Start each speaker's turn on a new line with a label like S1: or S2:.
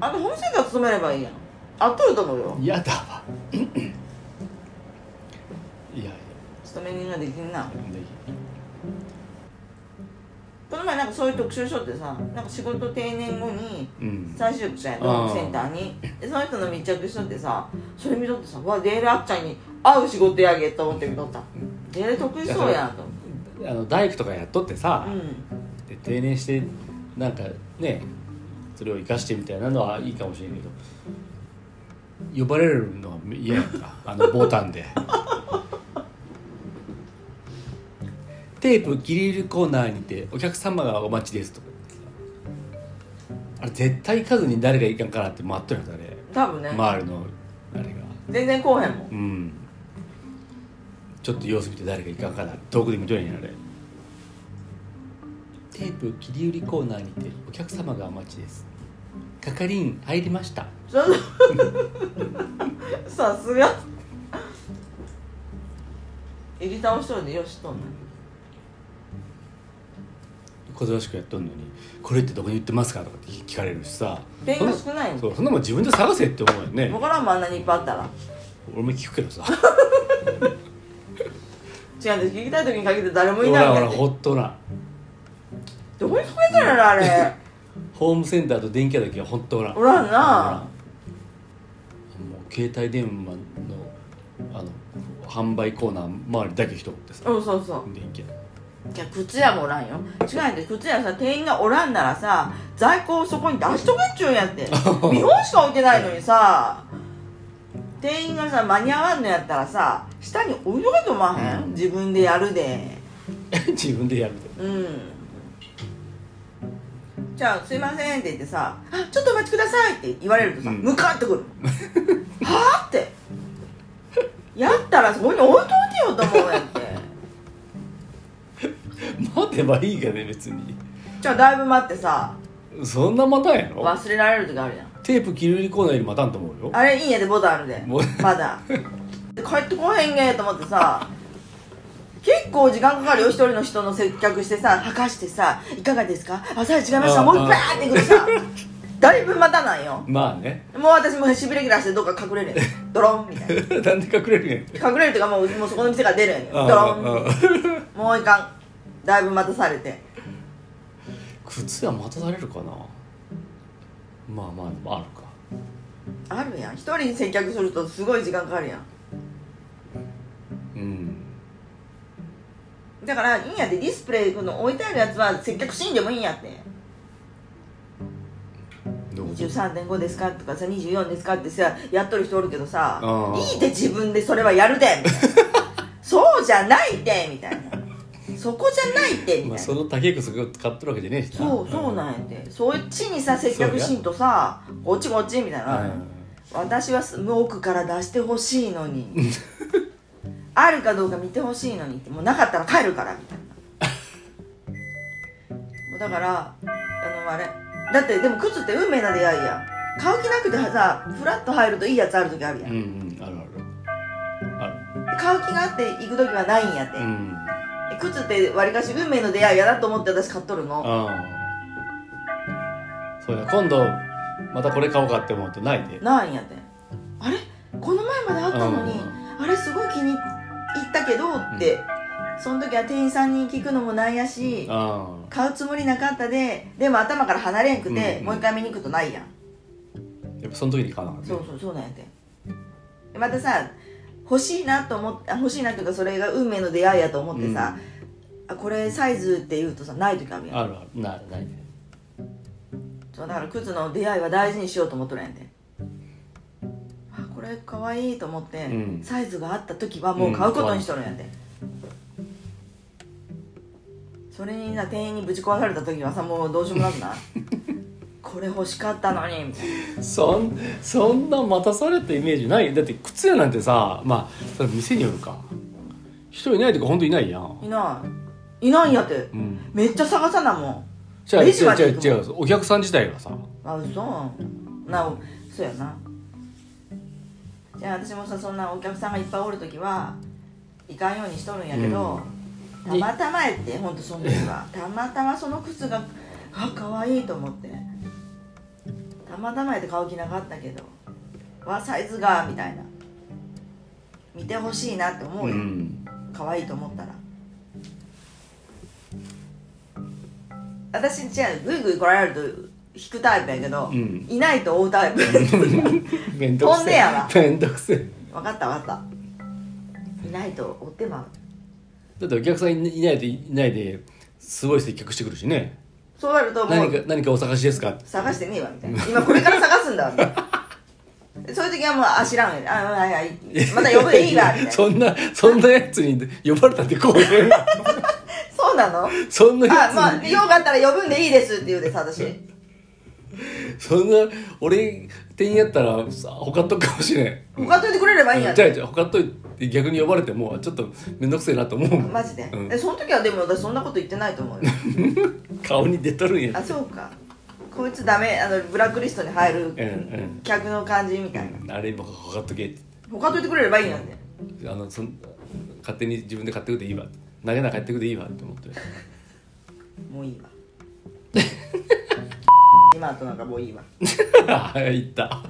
S1: あの本センター勤めればいいやん合っとると思うよ
S2: 嫌だわいやいや
S1: 勤め人ができんな
S2: で
S1: この前なんかそういう特集書ってさなんか仕事定年後に
S2: うん
S1: 再就職したんや
S2: あ
S1: と
S2: ー
S1: センターにでその人の密着しとってさそれ見とってさうわデールあっちゃんに合う仕事やげと思って見とったデール得意そうやんと思って
S2: あの大工とかやっとってさ、
S1: うん
S2: で定年してなんかねそれを生かしてみたいなのはいいかもしれんけど呼ばれるのは嫌やん かあのボタンでテープ切り入るコーナーにて「お客様がお待ちです」とかあれ絶対行かずに誰がいかんからって待っとるやつあれ
S1: 多分ね、
S2: 周りのあれが
S1: 全然こうへんもん
S2: うんちょっと様子見て誰かいかんかな遠くで見とるんやんあれテープ切り売りコーナーにてお客様がお待ちです係員入りました
S1: そ さす が入り倒しとるんでよしとんね
S2: 小賢しくやっとんのにこれってどこに売ってますかとかって聞かれるしさ
S1: 店員が少ない
S2: そん
S1: の
S2: そうそんなもん自分で探せって思うよね
S1: 分からんもんあんなにいっぱいあったら
S2: 俺も聞くけどさ
S1: 違うんです聞きたい時にかけて誰もい
S2: 俺
S1: ない
S2: は
S1: ん
S2: 俺
S1: だっ
S2: は
S1: て
S2: ほっとらん
S1: どこに隠れてるのあ れ
S2: ホームセンターと電気屋だけはほっとおらん
S1: おらんな
S2: もう携帯電話のあの販売コーナー周りだけ人おってさ
S1: うんそうそう
S2: 電気屋
S1: いや靴屋もおらんよ違うんで靴屋さ店員がおらんならさ在庫をそこに出しとけっちゅうんやって 見本しか置いてないのにさ店員がさ間に合わんのやったらさ下に置いとけと思わへん、
S2: うん
S1: 自分でやるで
S2: 自分でやるで
S1: うんじゃあ「すいません」って言ってさ「あちょっとお待ちください」って言われるとさ、
S2: うん
S1: 向かってくるはあってやったらそこに置いといてよと思うやんって
S2: 待てばいいがね別に
S1: じゃあだいぶ待ってさ
S2: そんな待たんやろ
S1: 忘れられる時あるやん
S2: テープ切り売りコーナーより待たんと思うよ
S1: あれいいんやでボタンあるで
S2: もう
S1: まだで帰ってこへんげーと思ってさ結構時間かかるよ一人の人の接客してさはかしてさ「いかがですかあさあ違いました
S2: あ
S1: もう
S2: あ
S1: バーってくるさだいぶ待たないよ
S2: まあね
S1: もう私もうしびれ切らしてどっか隠れるやんドロンみたい
S2: なんで隠れるんやん
S1: な隠れるというかもうもうそこの店から出るやんド
S2: あ
S1: ロ
S2: ああ
S1: ンもういかんだいぶ待たされて
S2: 靴は待たされるかなまあまあある
S1: あ
S2: か
S1: るやん一人に接客するとすごい時間かかるやん
S2: うん
S1: だからいいんやでディスプレイこの置いてあるやつは接客しんでもいいんやって
S2: どう
S1: 23.5ですかとかさ24ですかってさやっとる人おるけどさ
S2: あー
S1: いいで自分でそれはやるでみたいなそうじゃないでみたいなそこじゃないでみ
S2: ま
S1: た
S2: あ
S1: いなそ
S2: そ
S1: う
S2: の竹くそこ買っとるわけじゃねえしな
S1: そうなんやってそっちにさ接客しんとさこっちこっちみたいな、私はす奥から出してほしいのに あるかどうか見てほしいのにってもうなかったら帰るからみたいな だからあのあれだってでも靴って運命な出会いやん買う気なくてさフラッと入るといいやつある時あるや
S2: う
S1: ん、
S2: んうんあるあるあ
S1: 買う気があって行く時はないんやって、
S2: るうん
S1: 靴ってわりかし運命の出会いやなと思って私買っとるの
S2: ああそうや今度またこれ買おうかって思うとないで
S1: ないんやってあれこの前まであったのに、あれすごい気に入ったけどって、その時は店員さんに聞くのもなんやし
S2: ああ
S1: 買うつもりなかったででも頭から離れんくて、
S2: うん
S1: もう一回見に行くとないやん
S2: やっぱその時に買わなかった
S1: そ
S2: ね
S1: うそうそうなんやてでまたさ欲しいなと思ってあ欲しいなというかそれが運命の出会いやと思ってさ、あこれサイズって言うとさない時あるやん
S2: あるあるないないね
S1: そうだから靴の出会いは大事にしようと思っとるんやんてあこれかわいいと思って、
S2: うん
S1: サイズがあった時はもう買うことにしとるんやんて、それにな店員にぶち壊された時はさもうどうしようもなく ないこれ欲しかったのにみたいな
S2: そんそんな待たされたイメージないだって靴屋なんてさまあそれ店によるか人いないとか本当いないやん
S1: いないいないんやって、
S2: うん
S1: めっちゃ探さなもん
S2: 違う
S1: レ
S2: 違
S1: ジまで
S2: う違
S1: 行
S2: う
S1: くもん
S2: 違うお客さん自体がさ
S1: あそうなそうやなじゃあ私もさそんなお客さんがいっぱいおる時はいかんようにしとるんやけど、
S2: うん
S1: たまたまやってほんとその時はたまたまその靴があ可愛いと思ってたまたまやで買う気なかったけどわサイズがみたいな見てほしいなって思う
S2: う
S1: よ、
S2: ん
S1: 可愛いと思ったら私違うグイグイ来られると引くタイプやけど、
S2: ん
S1: いないと追うタイプ
S2: めんどく
S1: 飛ん
S2: せ
S1: でやわ
S2: えめんどくせえ
S1: 分かった分かったいないと追ってまう
S2: だってお客さんいないといないですごい接客してくるしね
S1: そうなるとも
S2: 何
S1: う
S2: か何かお探しですか
S1: 探してねえわみたいな今これから探すんだわみたい なそういう時はもうあ知らんよねあはいはいまた呼ぶでいいわみたいなそ
S2: そんなそんなやつに呼ばれたってこう いう
S1: うなの
S2: そんなや
S1: あ
S2: つに、
S1: まあよかったら呼ぶんでいいですって言うでさ私
S2: そんな俺店員やったらさ他っとくかもしれん
S1: 他といてくれればいいんや
S2: じゃあじゃあ他っといて逆に呼ばれてもちょっと面倒くせえなと思うもん
S1: マジで、
S2: うん
S1: えその時はでも私そんなこと言ってないと思うよ
S2: 顔に出とるんや
S1: あそうかこいつダメあのブラックリストに入
S2: うんう
S1: る
S2: ん
S1: 客の感じみたいな
S2: あれも他っとけって
S1: 他といてくれればいいんやんね
S2: あのそん勝手に自分で買ってくでいいわ投げな買ってくでいいわって思って
S1: もういいわ今となんかもういいわ
S2: ああ言った